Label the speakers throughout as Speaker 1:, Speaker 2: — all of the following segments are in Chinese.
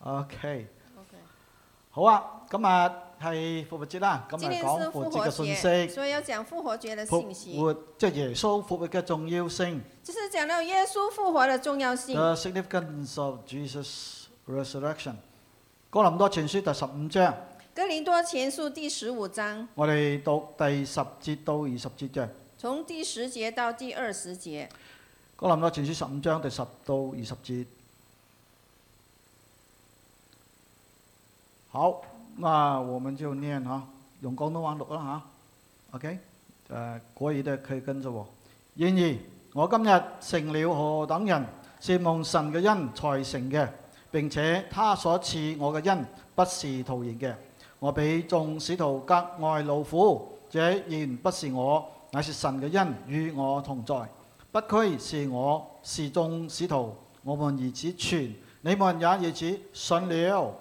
Speaker 1: OK，
Speaker 2: OK，
Speaker 1: 好啊，今日係復活節啦，咁
Speaker 2: 今
Speaker 1: 嚟
Speaker 2: 天
Speaker 1: 講
Speaker 2: 是
Speaker 1: 復活
Speaker 2: 复
Speaker 1: 節嘅
Speaker 2: 活
Speaker 1: 信
Speaker 2: 节，
Speaker 1: 息，
Speaker 2: 所以要講复活節的信
Speaker 1: 復
Speaker 2: 息，
Speaker 1: 活即係耶穌復活嘅重要性
Speaker 2: 就是講到耶穌复活的重要性。
Speaker 1: ，the significance of Jesus' resurrection。哥林多前書第十五章，
Speaker 2: 哥林多前书第十五章，
Speaker 1: 我哋讀第十節到二十節嘅。
Speaker 2: 從第十節到第二十節，
Speaker 1: 哥林多前書十五章第十到二十節。好，那我們就念哈，用廣東話讀啦吓 OK，誒、國語都可以跟着我。然而，我今日成了何等人，是蒙神嘅恩才成嘅，並且他所賜我嘅恩不是徒然嘅。我比眾使徒格外勞苦，這原不是我，乃是神嘅恩與我同在。不拘是我是眾使徒，我們如此傳，你們也如此信了。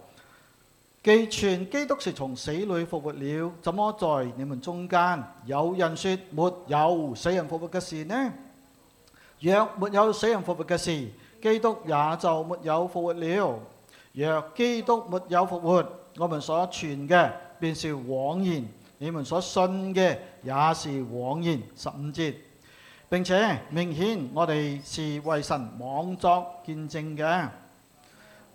Speaker 1: 既傳基督是從死裏復活了，怎麼在你們中間有人說沒有死人復活嘅事呢？若沒有死人復活嘅事，基督也就沒有復活了。若基督沒有復活，我們所傳嘅便是枉然，你們所信嘅也是枉然。十五節。並且明顯我哋是為神妄作見證嘅，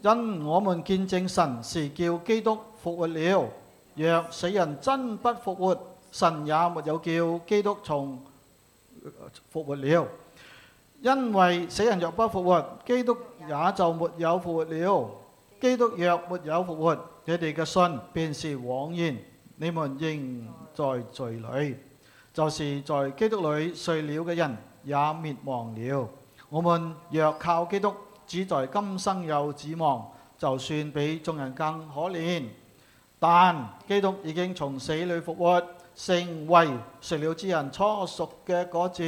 Speaker 1: 因我們見證神是叫基督復活了。若死人真不復活，神也沒有叫基督從呃復活了。因為死人若不復活，基督也就沒有復活了。基督若沒有復活，你哋嘅信便是枉然，你們仍在罪裏。就是在基督裏睡了嘅人也滅亡了。我們若靠基督，只在今生有指望，就算比眾人更可憐。但基督已經從死裏復活，成為睡了之人初熟嘅果子。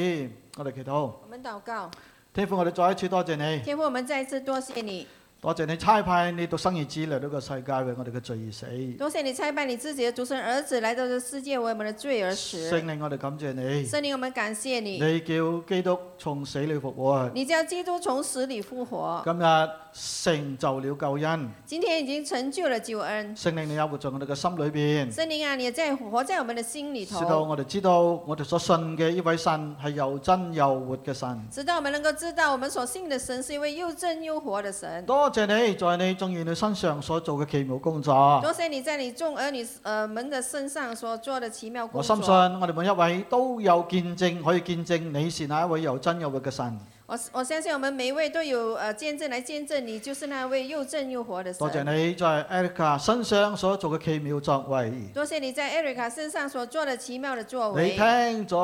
Speaker 1: 我哋祈禱，
Speaker 2: 我們禱告，
Speaker 1: 天父，我哋再一次多謝你，
Speaker 2: 天父，我們再一次多謝你，
Speaker 1: 多謝你差派你獨生兒子嚟到個世界為我哋嘅罪而死。
Speaker 2: 多謝你差派你自己的獨生兒子來到這世界，為我們的罪而
Speaker 1: 聖
Speaker 2: 死。
Speaker 1: 靈，我哋感謝你，
Speaker 2: 聖靈，我們感謝你，
Speaker 1: 你叫基督從死裏復活。
Speaker 2: 你叫基督從死里復活，
Speaker 1: 今日成就了救恩，
Speaker 2: 今天已經成就了救恩。
Speaker 1: 聖靈你有活在我哋嘅心裏邊，
Speaker 2: 聖靈啊，你也在活在我們的心里
Speaker 1: 使到
Speaker 2: 頭，
Speaker 1: 我哋知道我哋所信嘅呢位神係又真又活嘅神。
Speaker 2: 直到我們能夠知道我們所信的神是一位又真又活的神。
Speaker 1: 多謝你在你眾兒女身上所做嘅奇妙工作，
Speaker 2: 多謝你在你众儿女呃们的身上所做的奇妙工
Speaker 1: 我
Speaker 2: 作。
Speaker 1: 深信我哋每一位都有見證，可以見證你是那一位又真又活嘅神。
Speaker 2: 我我相信我们每一位都有呃见证来见证你，就是那位又正又活的神。
Speaker 1: 多謝你在 Erica 身上所做嘅奇妙作為，你
Speaker 2: 多谢你在 Erica 身上所做的奇妙的作为。
Speaker 1: 聽咗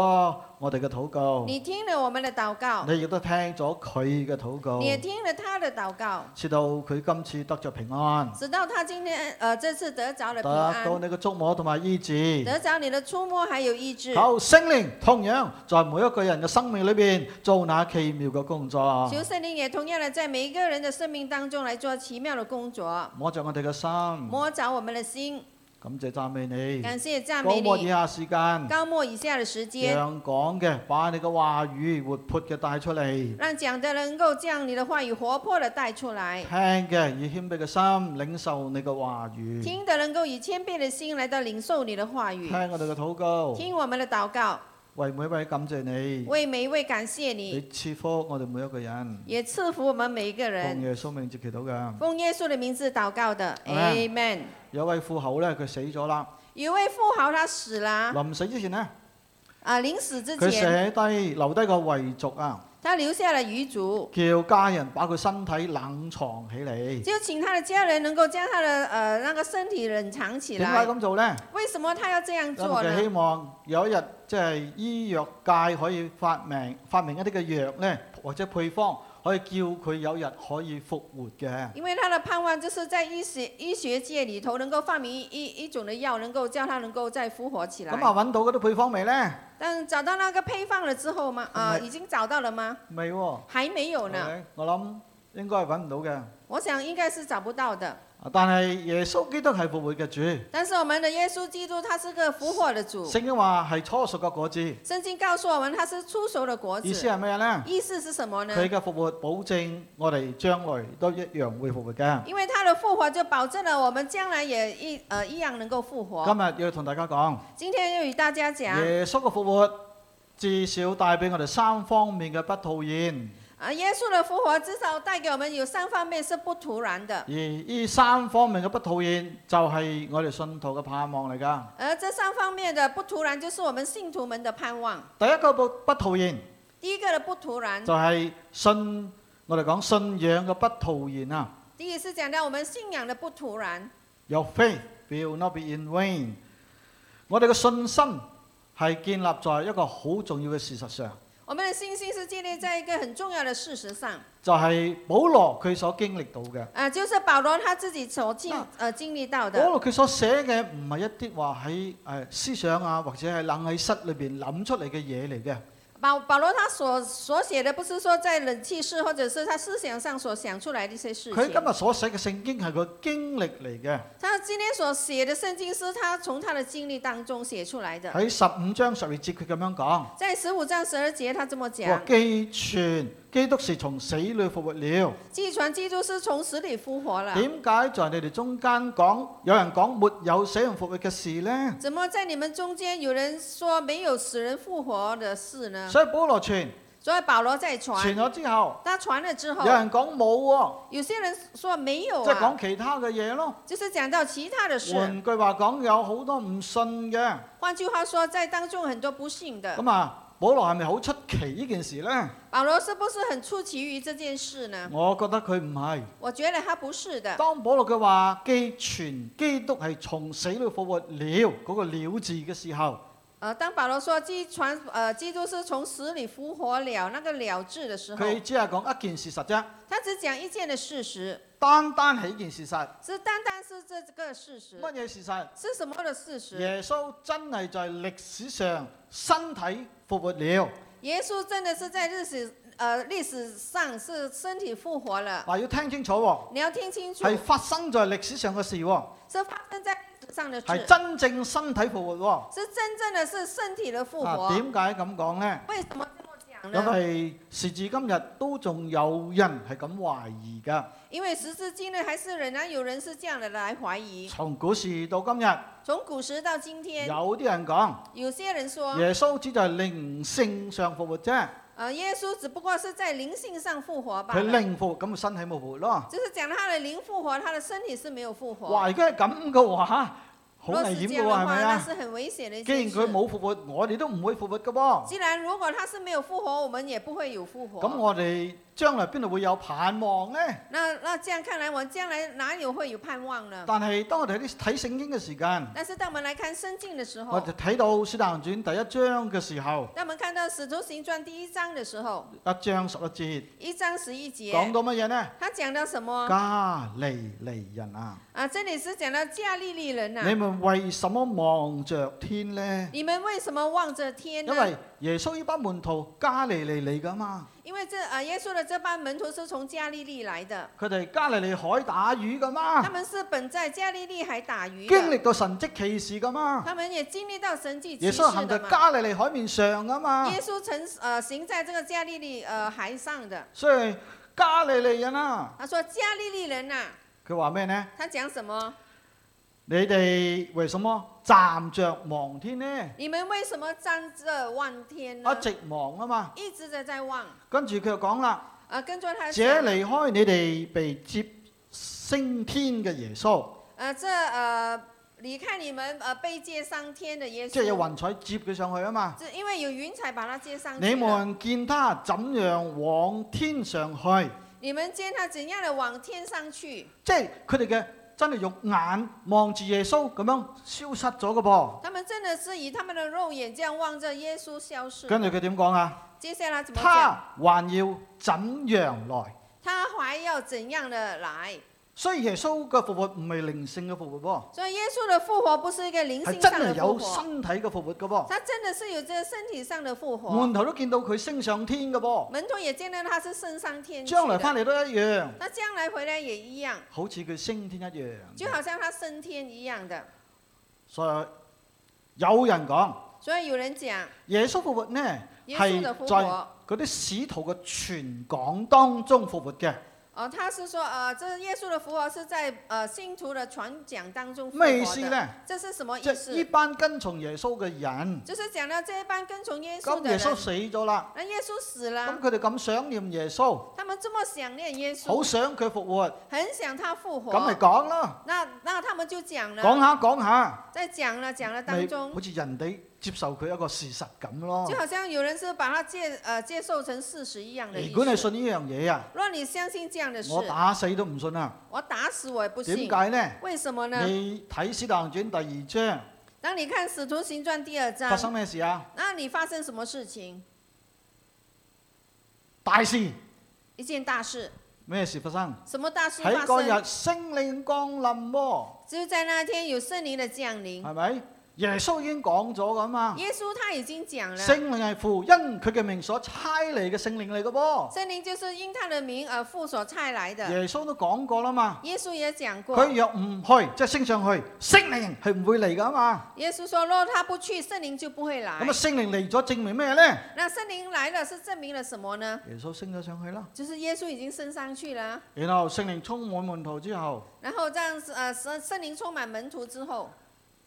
Speaker 1: 我哋嘅禱告，
Speaker 2: 你听了我们的祷告，
Speaker 1: 你亦都聽咗佢嘅禱告
Speaker 2: 你，也聽了他的祷告，
Speaker 1: 直到佢今次得着平安。
Speaker 2: 直到他今天呃这次得着了平
Speaker 1: 得到
Speaker 2: 安，
Speaker 1: 你嘅觸摸同埋醫治。
Speaker 2: 得着你的触摸还有医治。
Speaker 1: 求聖靈同樣在每一個人嘅生命裏邊做那奇妙嘅工作，
Speaker 2: 求圣灵也同样的在每一个人的生命当中来做奇妙的工作，
Speaker 1: 摸着我哋嘅心，
Speaker 2: 摸着我们的心。
Speaker 1: 感謝讚美你。
Speaker 2: 感谢赞
Speaker 1: 嗯高
Speaker 2: 美
Speaker 1: 末以
Speaker 2: 你。
Speaker 1: 下時間，
Speaker 2: 高莫以下的时间。
Speaker 1: 讓講嘅把你嘅話語活潑嘅帶出嚟，
Speaker 2: 让讲的能够将你的话语活潑的带出来
Speaker 1: 聽，嘅以謙卑嘅心領受你嘅話語，聽
Speaker 2: 听的能够以谦卑的心来到领受你的话语，
Speaker 1: 我哋嘅禱告，
Speaker 2: 听我们的祷告，
Speaker 1: 為每一位感謝你，
Speaker 2: 为每一位感谢
Speaker 1: 你
Speaker 2: 你，
Speaker 1: 賜福我哋每一個人。
Speaker 2: 也赐福我们每一个
Speaker 1: 奉
Speaker 2: 人。
Speaker 1: 耶穌名字祈禱嘅，
Speaker 2: 奉耶穌的名字祷告的
Speaker 1: Amen
Speaker 2: ，Amen。
Speaker 1: 有位富豪呢，佢死咗啦，
Speaker 2: 有位富豪他死了
Speaker 1: 臨死之前呢。
Speaker 2: 啊，临死之
Speaker 1: 佢
Speaker 2: 前
Speaker 1: 寫低留低個遺囑啊，
Speaker 2: 他留下了遗嘱，
Speaker 1: 叫家人把佢身體冷藏起嚟。
Speaker 2: 就请他的家人能够將他的呃那个身体冷藏起
Speaker 1: 點解
Speaker 2: 来。
Speaker 1: 咁做呢？
Speaker 2: 为什么他要这样
Speaker 1: 因為
Speaker 2: 做
Speaker 1: 佢希
Speaker 2: 呢？
Speaker 1: 望有一日即係醫藥界可以發明發明一啲嘅藥呢，或者配方，可以叫佢有一日可以復活嘅。
Speaker 2: 因为他的盼望就是在医学医学界里头能够发明一一一种的药，能够叫他能够再复活起
Speaker 1: 咁啊
Speaker 2: 来。
Speaker 1: 揾到嗰啲配方未呢？
Speaker 2: 但找到那个配方了之后吗？啊、
Speaker 1: 唔係
Speaker 2: 已经找到了吗？
Speaker 1: 未喎、
Speaker 2: 还没有呢。
Speaker 1: OK，我諗應該係揾唔到嘅。
Speaker 2: 我想应该是找不到的。
Speaker 1: 但係耶穌基督係復活嘅主，
Speaker 2: 但是我们的耶稣基督他是个复活的主，
Speaker 1: 聖經話係初熟嘅果子，
Speaker 2: 圣经告诉我们他是出熟的果
Speaker 1: 意思
Speaker 2: 子，
Speaker 1: 係咩呢？
Speaker 2: 意思是什么呢？
Speaker 1: 佢嘅復活保證我哋將來都一樣會復活嘅。
Speaker 2: 因为他的复活就保证了我们将来也一呃一样能够复活。
Speaker 1: 今日要同大家講，
Speaker 2: 今天要与大家讲
Speaker 1: 耶穌嘅復活至少帶俾我哋三方面嘅不套現，
Speaker 2: 啊，耶稣的复活至少带给我们有三方面是不突然的，
Speaker 1: 而呢三方面嘅不套現就係我哋信徒嘅盼望嚟㗎。
Speaker 2: 而这三方面的不突然就是我们信徒们的盼望。
Speaker 1: 第一個不不套現
Speaker 2: 第一个的不突然，
Speaker 1: 就係信，我哋講信仰嘅不套現啊。
Speaker 2: 第一是讲到我们信仰的不突然，
Speaker 1: Your faith will not be in vain。我哋嘅信心係建立在一個好重要嘅事實上，
Speaker 2: 我们的信心是建立在一个很重要的事实上，
Speaker 1: 就係、保羅佢所經歷到嘅。
Speaker 2: 啊，就是保罗他自己所经
Speaker 1: 那
Speaker 2: 呃经历到
Speaker 1: 保
Speaker 2: 的。
Speaker 1: 羅佢所寫嘅唔係一啲話喺誒思想啊，或者係冷氣室裏邊諗出嚟嘅嘢嚟嘅，
Speaker 2: 保保罗他所所写的不是说在冷气室，或者是他思想上所想出来的一些事
Speaker 1: 佢
Speaker 2: 情。
Speaker 1: 今日所寫嘅聖經係佢經歷嚟嘅。
Speaker 2: 他今天所写的圣经是他从他的经历当中写出来的。
Speaker 1: 喺十五章十二節佢咁樣講。
Speaker 2: 在十五章十二节，他这么
Speaker 1: 我
Speaker 2: 讲：
Speaker 1: 既傳基督是從死裏復活了，
Speaker 2: 既传基督是从死里复活了，
Speaker 1: 點解在你哋中間講有人講沒有死人復活嘅事呢？
Speaker 2: 怎么在你们中间有人说没有死人复活的事呢？
Speaker 1: 所以保羅傳
Speaker 2: 所以保罗在
Speaker 1: 傳
Speaker 2: 传，
Speaker 1: 咗之後，
Speaker 2: 他传了之
Speaker 1: 有
Speaker 2: 后，
Speaker 1: 人講冇
Speaker 2: 有些人说没有
Speaker 1: 喎，即係
Speaker 2: 啊，
Speaker 1: 講其他嘅嘢咯。
Speaker 2: 就是讲到其他的事。啊
Speaker 1: 換句話講，有好多唔信嘅。
Speaker 2: 换句话说，在当中很多不幸的。
Speaker 1: 咁啊，保羅係咪好出奇呢件事呢？
Speaker 2: 保罗是不是很出奇于这件事呢？
Speaker 1: 我覺得佢唔係。
Speaker 2: 我觉得他不是的。
Speaker 1: 當保羅佢話既傳基督係從死裏復活了嗰、個了字嘅時候，
Speaker 2: 呃，当保罗说基传呃基督是从死里复活了那个了字的时候，
Speaker 1: 佢只係講一件事實啫，
Speaker 2: 他只讲一件的事实，
Speaker 1: 單單係一件事實。
Speaker 2: 是单单是这个事实，
Speaker 1: 乜嘢事實？
Speaker 2: 是什么的事实？
Speaker 1: 耶穌真係在歷史上身體復活了。
Speaker 2: 耶稣真的是在历史呃历史上是身体复活了，
Speaker 1: 嗱，要聽清楚喎，
Speaker 2: 你要听啊清楚，
Speaker 1: 係發生在歷史上嘅事喎，
Speaker 2: 是发生在历史上的
Speaker 1: 係
Speaker 2: 事，
Speaker 1: 真正身體復活
Speaker 2: 是真正的是身体的复
Speaker 1: 喎。啊，
Speaker 2: 活。
Speaker 1: 點解咁講呢？
Speaker 2: 为什么这么讲
Speaker 1: 因
Speaker 2: 呢？
Speaker 1: 為時至今日都仲有人係咁懷疑㗎。
Speaker 2: 因为时至今日还是仍然有人是这样的来怀疑。
Speaker 1: 從古時到今日，
Speaker 2: 从古时到今天，
Speaker 1: 有啲人講
Speaker 2: 有些人说。
Speaker 1: 耶穌只就係靈性上復活啫，
Speaker 2: 呃，耶稣只不过是在灵性上复活吧
Speaker 1: 佢，靈復活咁，身體冇復活咯。
Speaker 2: 就是讲他的灵复活，他的身体是没有复活。
Speaker 1: 哇！如果係咁嘅話，好
Speaker 2: 如果
Speaker 1: 危
Speaker 2: 是
Speaker 1: 險
Speaker 2: 这
Speaker 1: 嘅
Speaker 2: 样
Speaker 1: 喎，
Speaker 2: 的话，
Speaker 1: 係咪
Speaker 2: 那
Speaker 1: 啊？
Speaker 2: 是很危险的一
Speaker 1: 既
Speaker 2: 件
Speaker 1: 然佢
Speaker 2: 事。
Speaker 1: 冇復活，我哋都唔會復活嘅噃。
Speaker 2: 既然如果他是没有复活，我们也不会有复
Speaker 1: 咁
Speaker 2: 活。
Speaker 1: 我哋將來邊度會有盼望呢？
Speaker 2: 那那这样看来，我们将来哪里會有盼望呢？
Speaker 1: 但係當我哋喺啲睇聖經嘅時間，
Speaker 2: 但是当我们来看圣经的时
Speaker 1: 我
Speaker 2: 候，
Speaker 1: 哋睇到《使徒行傳》第一章嘅時候，
Speaker 2: 当我们看到《使徒行传》第一章的时候，
Speaker 1: 一章十一節
Speaker 2: 一章十一
Speaker 1: 講
Speaker 2: 节，
Speaker 1: 到乜嘢呢？
Speaker 2: 他讲到什么？
Speaker 1: 加利利人啊，
Speaker 2: 啊，这里是讲到加利利人呐、
Speaker 1: 你們為什麼望着天呢？
Speaker 2: 你们为什么望着天啊
Speaker 1: 因
Speaker 2: 呢？
Speaker 1: 為耶穌呢班門徒加利利嚟噶嘛，
Speaker 2: 因为这啊，耶稣的这班门徒是从加利利来的，
Speaker 1: 佢哋加利利海打魚噶嘛
Speaker 2: 他，们是本在加利利海打鱼
Speaker 1: 經
Speaker 2: 的，
Speaker 1: 歷到神蹟奇事噶嘛，
Speaker 2: 他们也经历到神迹
Speaker 1: 耶
Speaker 2: 奇
Speaker 1: 穌
Speaker 2: 事
Speaker 1: 行
Speaker 2: 的
Speaker 1: 在
Speaker 2: 嘛。
Speaker 1: 加利利海面上噶嘛。
Speaker 2: 耶稣曾呃行在这个加利利呃海上的，
Speaker 1: 所以加利利人啊，
Speaker 2: 他说加利利人呐、
Speaker 1: 佢話咩呢？
Speaker 2: 他讲什么？
Speaker 1: 你哋為什麼站着望天呢？
Speaker 2: 你们为什么站着望天呢
Speaker 1: 一？直望啊嘛。
Speaker 2: 一直的在望，
Speaker 1: 跟住佢就講啦：，
Speaker 2: 呃，跟着他
Speaker 1: 這
Speaker 2: 讲，
Speaker 1: 離開你哋被接升天嘅耶穌，
Speaker 2: 呃，这呃离开你们呃被接上天的耶
Speaker 1: 即係有
Speaker 2: 稣，
Speaker 1: 雲彩接佢上去啊嘛。
Speaker 2: 这因为有云彩把他接上
Speaker 1: 你
Speaker 2: 去了。
Speaker 1: 們見他怎樣往天上去？
Speaker 2: 你们见他怎样的往天上去？
Speaker 1: 即係佢哋嘅真係用眼望住耶穌咁樣消失咗嘅噃。
Speaker 2: 他们真的是以他们的肉眼这样望着耶稣消失。
Speaker 1: 跟住佢點講啊？
Speaker 2: 接下来怎么讲？
Speaker 1: 他還要怎樣來？
Speaker 2: 他还要怎样的来？
Speaker 1: 所以耶穌嘅復活唔係靈性嘅復活
Speaker 2: 所以耶稣的复活不是一个灵
Speaker 1: 喎，係
Speaker 2: 性
Speaker 1: 真
Speaker 2: 上的
Speaker 1: 係
Speaker 2: 复
Speaker 1: 有
Speaker 2: 活，
Speaker 1: 身體嘅復活嘅噃。
Speaker 2: 他真的是有这个身体上的复活。
Speaker 1: 門徒都見到佢升上天嘅噃，
Speaker 2: 门徒也见到他是升上天去
Speaker 1: 將來
Speaker 2: 的，
Speaker 1: 翻嚟都一樣，
Speaker 2: 那将来回来也一样，
Speaker 1: 好似佢升天一
Speaker 2: 就
Speaker 1: 樣。
Speaker 2: 好像他升天一样的。
Speaker 1: 所以有人講
Speaker 2: 所以有人讲
Speaker 1: 耶穌復活呢，
Speaker 2: 耶稣的
Speaker 1: 係
Speaker 2: 复
Speaker 1: 在
Speaker 2: 活，
Speaker 1: 嗰啲使徒嘅傳講當中復活嘅，
Speaker 2: 哦，他是说，呃，这耶稣的复活是在呃信徒的传讲当中复活
Speaker 1: 咩意思
Speaker 2: 的，
Speaker 1: 呢？
Speaker 2: 这是什么
Speaker 1: 即係
Speaker 2: 意
Speaker 1: 呢
Speaker 2: 思？
Speaker 1: 班跟從耶穌嘅人，
Speaker 2: 就是讲到这一班跟从耶稣
Speaker 1: 咁
Speaker 2: 的
Speaker 1: 耶穌
Speaker 2: 人，
Speaker 1: 死咗啦，
Speaker 2: 那耶稣死
Speaker 1: 咁
Speaker 2: 了，
Speaker 1: 佢哋咁想念耶穌，
Speaker 2: 他们这么想念耶
Speaker 1: 好
Speaker 2: 稣，
Speaker 1: 想佢復活，
Speaker 2: 很想他复
Speaker 1: 咁咪啊
Speaker 2: 活，
Speaker 1: 講啦，
Speaker 2: 那那他们就讲
Speaker 1: 講
Speaker 2: 了，
Speaker 1: 下講下。
Speaker 2: 在讲了讲了
Speaker 1: 咪
Speaker 2: 当中，
Speaker 1: 好似人哋接受佢一個事實咁咯
Speaker 2: 就。好像有人是把它接呃接受成事实一样的意
Speaker 1: 如果你
Speaker 2: 思。
Speaker 1: 信呢樣嘢啊，
Speaker 2: 若你相信这样的事，
Speaker 1: 我打死都唔信啊！
Speaker 2: 我打死我也不
Speaker 1: 點
Speaker 2: 信。
Speaker 1: 解呢？
Speaker 2: 为什么呢？
Speaker 1: 你睇《使徒行傳》第二章
Speaker 2: 当你看《使徒行传》第二
Speaker 1: 發生
Speaker 2: 章，
Speaker 1: 咩事啊？
Speaker 2: 那你发生什么事情？
Speaker 1: 大事
Speaker 2: 一件大事，
Speaker 1: 咩事發生？
Speaker 2: 什么大事
Speaker 1: 喺
Speaker 2: 发
Speaker 1: 嗰日聖
Speaker 2: 生？
Speaker 1: 靈降臨喎，
Speaker 2: 只有在那天有圣灵的降临。
Speaker 1: 係咪？耶穌已經講咗噶嘛？
Speaker 2: 耶稣他已经讲了，
Speaker 1: 聖靈係父因佢嘅名所差嚟嘅聖靈嚟嘅噃。
Speaker 2: 圣灵就是因他的名而父所差来的。
Speaker 1: 耶穌都講過啦嘛，
Speaker 2: 耶稣也讲过，
Speaker 1: 佢若唔去，即係升上去，聖靈係唔會嚟噶嘛。
Speaker 2: 耶稣说，若他不去，圣灵就不会来
Speaker 1: 咁啊，。聖靈嚟咗，證明咩呢？
Speaker 2: 那圣灵来了，是证明了什么呢？
Speaker 1: 耶穌升咗上去啦，
Speaker 2: 就是耶稣已经升上去了，
Speaker 1: 然後聖靈充滿門徒之後，
Speaker 2: 然后让呃圣圣灵充满门徒之后，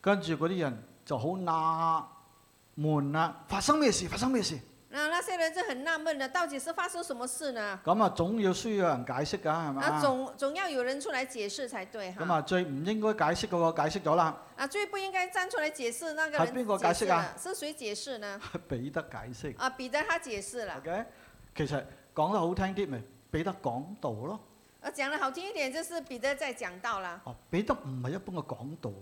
Speaker 1: 跟住嗰啲人就好納悶啦，發生咩事？發生咩事？
Speaker 2: 那那些人就很纳闷了，到底是发生什么事呢？
Speaker 1: 咁啊，總要需要有人解釋㗎，係
Speaker 2: 那
Speaker 1: 嘛？
Speaker 2: 总总要有人出來解釋才對
Speaker 1: 啊咁
Speaker 2: 哈。
Speaker 1: 啊，最唔應該解釋嗰個解釋咗啦，
Speaker 2: 啊，最不應該站出來解釋那個
Speaker 1: 啊
Speaker 2: 人
Speaker 1: 邊個解釋啊
Speaker 2: 釋了？是誰解釋呢？
Speaker 1: 彼得解釋。
Speaker 2: 啊，彼得他解釋了。
Speaker 1: OK，其實講得好聽啲，咪彼得講道咯。
Speaker 2: 啊，講得好聽一點，就是彼得在講道啦。
Speaker 1: 哦，彼得唔係一般嘅講道喎。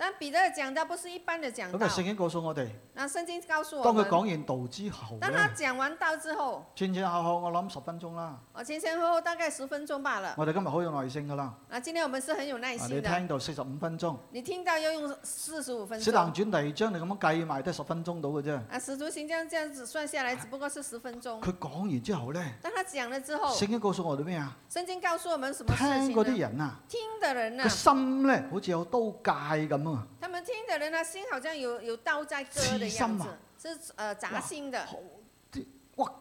Speaker 2: 但彼得講道不是一般的講
Speaker 1: 咁啊，聖
Speaker 2: 道。
Speaker 1: 經告訴我哋，
Speaker 2: 那聖經告訴我
Speaker 1: 當佢
Speaker 2: 們，
Speaker 1: 講完道之後
Speaker 2: 當他
Speaker 1: 咧，
Speaker 2: 講完道之後，
Speaker 1: 前前後後我諗十分鐘啦。
Speaker 2: 哦，前前後後大概十分鐘罷了。
Speaker 1: 我哋今日好有耐性㗎啦，
Speaker 2: 那今天我們是很有耐
Speaker 1: 啊
Speaker 2: 心
Speaker 1: 你
Speaker 2: 的，
Speaker 1: 聽到四十五分鐘。
Speaker 2: 你聽到要用四十五分
Speaker 1: 使徒行
Speaker 2: 鐘。
Speaker 1: 傳第二章你咁樣計埋都係十分鐘到嘅啫。
Speaker 2: 啊，使徒行這樣這樣子算下來，只不過是十分鐘。
Speaker 1: 佢講完之後咧，
Speaker 2: 當他講了之後，
Speaker 1: 聖經告訴我哋咩啊？
Speaker 2: 聖經告訴我們什麼事
Speaker 1: 聽
Speaker 2: 情
Speaker 1: 嗰啲
Speaker 2: 呢？
Speaker 1: 人啊，
Speaker 2: 聽的人呢、
Speaker 1: 個心咧好似有刀戒咁啊，
Speaker 2: 他们听的人呢，心好像有有刀在割的
Speaker 1: 刺
Speaker 2: 样
Speaker 1: 心
Speaker 2: 子
Speaker 1: 啊，
Speaker 2: 是呃
Speaker 1: 哇
Speaker 2: 扎心的。
Speaker 1: 好啲哇！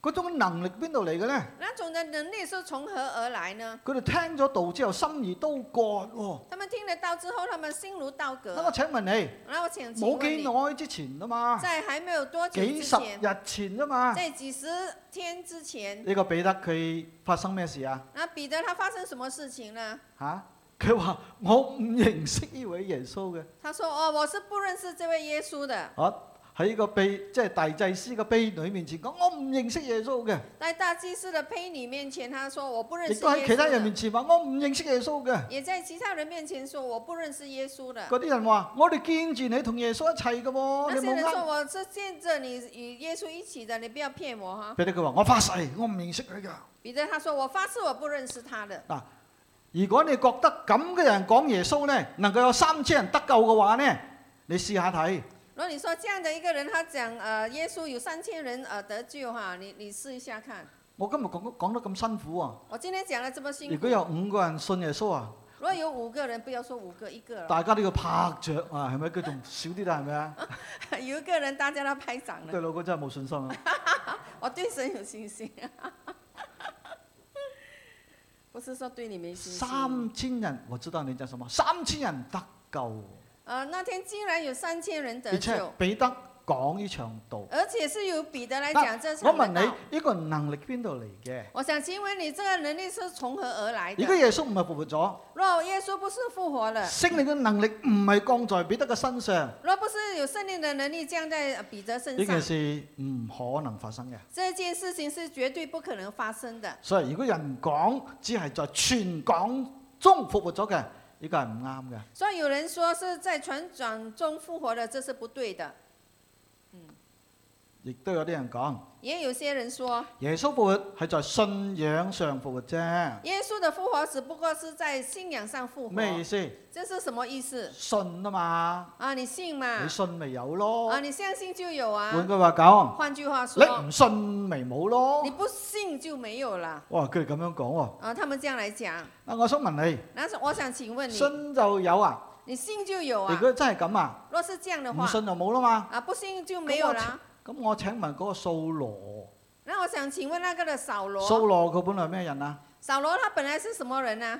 Speaker 1: 嗰種能力邊度嚟嘅咧？
Speaker 2: 那种的能力是从何而来呢？
Speaker 1: 佢哋聽咗道之後，心如刀割喎。
Speaker 2: 他们听了道之后，他们心如刀
Speaker 1: 咁我
Speaker 2: 割。
Speaker 1: 請問你，
Speaker 2: 那我请请
Speaker 1: 冇
Speaker 2: 问
Speaker 1: 幾
Speaker 2: 你，
Speaker 1: 耐之前啊嘛，
Speaker 2: 在还没有多久
Speaker 1: 幾
Speaker 2: 之
Speaker 1: 十
Speaker 2: 前，
Speaker 1: 日前啊嘛，
Speaker 2: 在几十天之前，
Speaker 1: 呢個彼得佢發生咩事啊？
Speaker 2: 那彼得他發生什么事情呢？
Speaker 1: 嚇！佢話我唔認識呢位耶穌嘅。
Speaker 2: 他说：哦，我是不认识这位耶稣的，
Speaker 1: 啊喺個秘即係大祭司嘅婢女面前講，我唔認識耶穌嘅，
Speaker 2: 在大祭司的胚女面前，他说我不认
Speaker 1: 亦
Speaker 2: 识
Speaker 1: 都喺
Speaker 2: 耶啊
Speaker 1: 其他人
Speaker 2: 稣
Speaker 1: 面
Speaker 2: 的，
Speaker 1: 前話我唔認識耶穌嘅。
Speaker 2: 也在其他人面前说我不认识耶稣的。
Speaker 1: 嗰啲人話：我哋見住你同耶穌一齊嘅喎，
Speaker 2: 那
Speaker 1: 你
Speaker 2: 些
Speaker 1: 冇
Speaker 2: 人说
Speaker 1: 呃。
Speaker 2: 我是见着你与耶稣一起的，你不要骗我哈。
Speaker 1: 彼得佢話：我發誓，我唔認識佢㗎。
Speaker 2: 彼得他说我发誓我不认识他的。
Speaker 1: 如果你覺得咁嘅人講耶穌呢，能夠有三千人得救嘅話呢，你試下睇，
Speaker 2: 如果你说这样的一个人，他讲呃耶稣有三千人呃得救哈，你你试一下看。
Speaker 1: 我今日講講得咁辛苦啊！
Speaker 2: 我今天讲的这么辛
Speaker 1: 如
Speaker 2: 苦
Speaker 1: 果，有五個人信耶穌啊，
Speaker 2: 如果有五个人，不要说五个一个了，
Speaker 1: 大家都要拍掌啊，係咪？佢仲少啲啦，係咪 啊？
Speaker 2: 有一个人大家都拍掌了。
Speaker 1: 對老公真係冇信心啊！
Speaker 2: 我对神有信心， 不是说对你没信心。
Speaker 1: 三千人，我知道你講什麼。三千人得救，
Speaker 2: 呃那天竟然有三千人得
Speaker 1: 而且
Speaker 2: 救，
Speaker 1: 彼得講呢場道。
Speaker 2: 而且是由彼得来
Speaker 1: 那
Speaker 2: 讲这
Speaker 1: 我
Speaker 2: 场的
Speaker 1: 問
Speaker 2: 道。
Speaker 1: 你，呢個能力邊度嚟嘅？
Speaker 2: 我想请问你，这个能力是从何而来
Speaker 1: 如果
Speaker 2: 的？
Speaker 1: 耶穌唔係復活咗，
Speaker 2: 若耶稣不是复活了，
Speaker 1: 聖靈嘅能力唔係降在彼得嘅身上，
Speaker 2: 若不是有圣灵的能力降在彼得身
Speaker 1: 呢件
Speaker 2: 上，
Speaker 1: 事唔可能發生嘅。
Speaker 2: 这件事情是绝对不可能发生的。
Speaker 1: 所以如果人講只係在全港中復活咗嘅，呢個係唔啱嘅。
Speaker 2: 所以有人说是在船长中复活的，这是不对的。
Speaker 1: 亦都有啲人講，
Speaker 2: 也有些人说，
Speaker 1: 耶穌復活係在信仰上復活啫。
Speaker 2: 耶稣的复活只不过是在信仰上复
Speaker 1: 咩意
Speaker 2: 活，
Speaker 1: 思？
Speaker 2: 这是什么意思
Speaker 1: 信啊嘛，
Speaker 2: 啊？你信嘛
Speaker 1: 你？信咪有咯。
Speaker 2: 啊，你相信就有
Speaker 1: 換
Speaker 2: 啊。
Speaker 1: 句話講，
Speaker 2: 换句话说，
Speaker 1: 你唔信咪冇咯
Speaker 2: 你。不信就没有了
Speaker 1: 哇！佢哋咁樣講喎。
Speaker 2: 啊。他们这样来讲，
Speaker 1: 啊，我想問
Speaker 2: 那是我想请问
Speaker 1: 你，
Speaker 2: 你，
Speaker 1: 信就有啊？
Speaker 2: 你信就有
Speaker 1: 如
Speaker 2: 啊？
Speaker 1: 果真係咁啊，
Speaker 2: 若是这样的
Speaker 1: 唔
Speaker 2: 话，
Speaker 1: 信就冇啦嘛。
Speaker 2: 啊，不信就没有啦。
Speaker 1: 咁我請問嗰個掃羅，
Speaker 2: 那我想请问那个的扫
Speaker 1: 掃
Speaker 2: 罗，
Speaker 1: 羅佢本來係咩人啊？
Speaker 2: 扫罗他本来是什么人呢、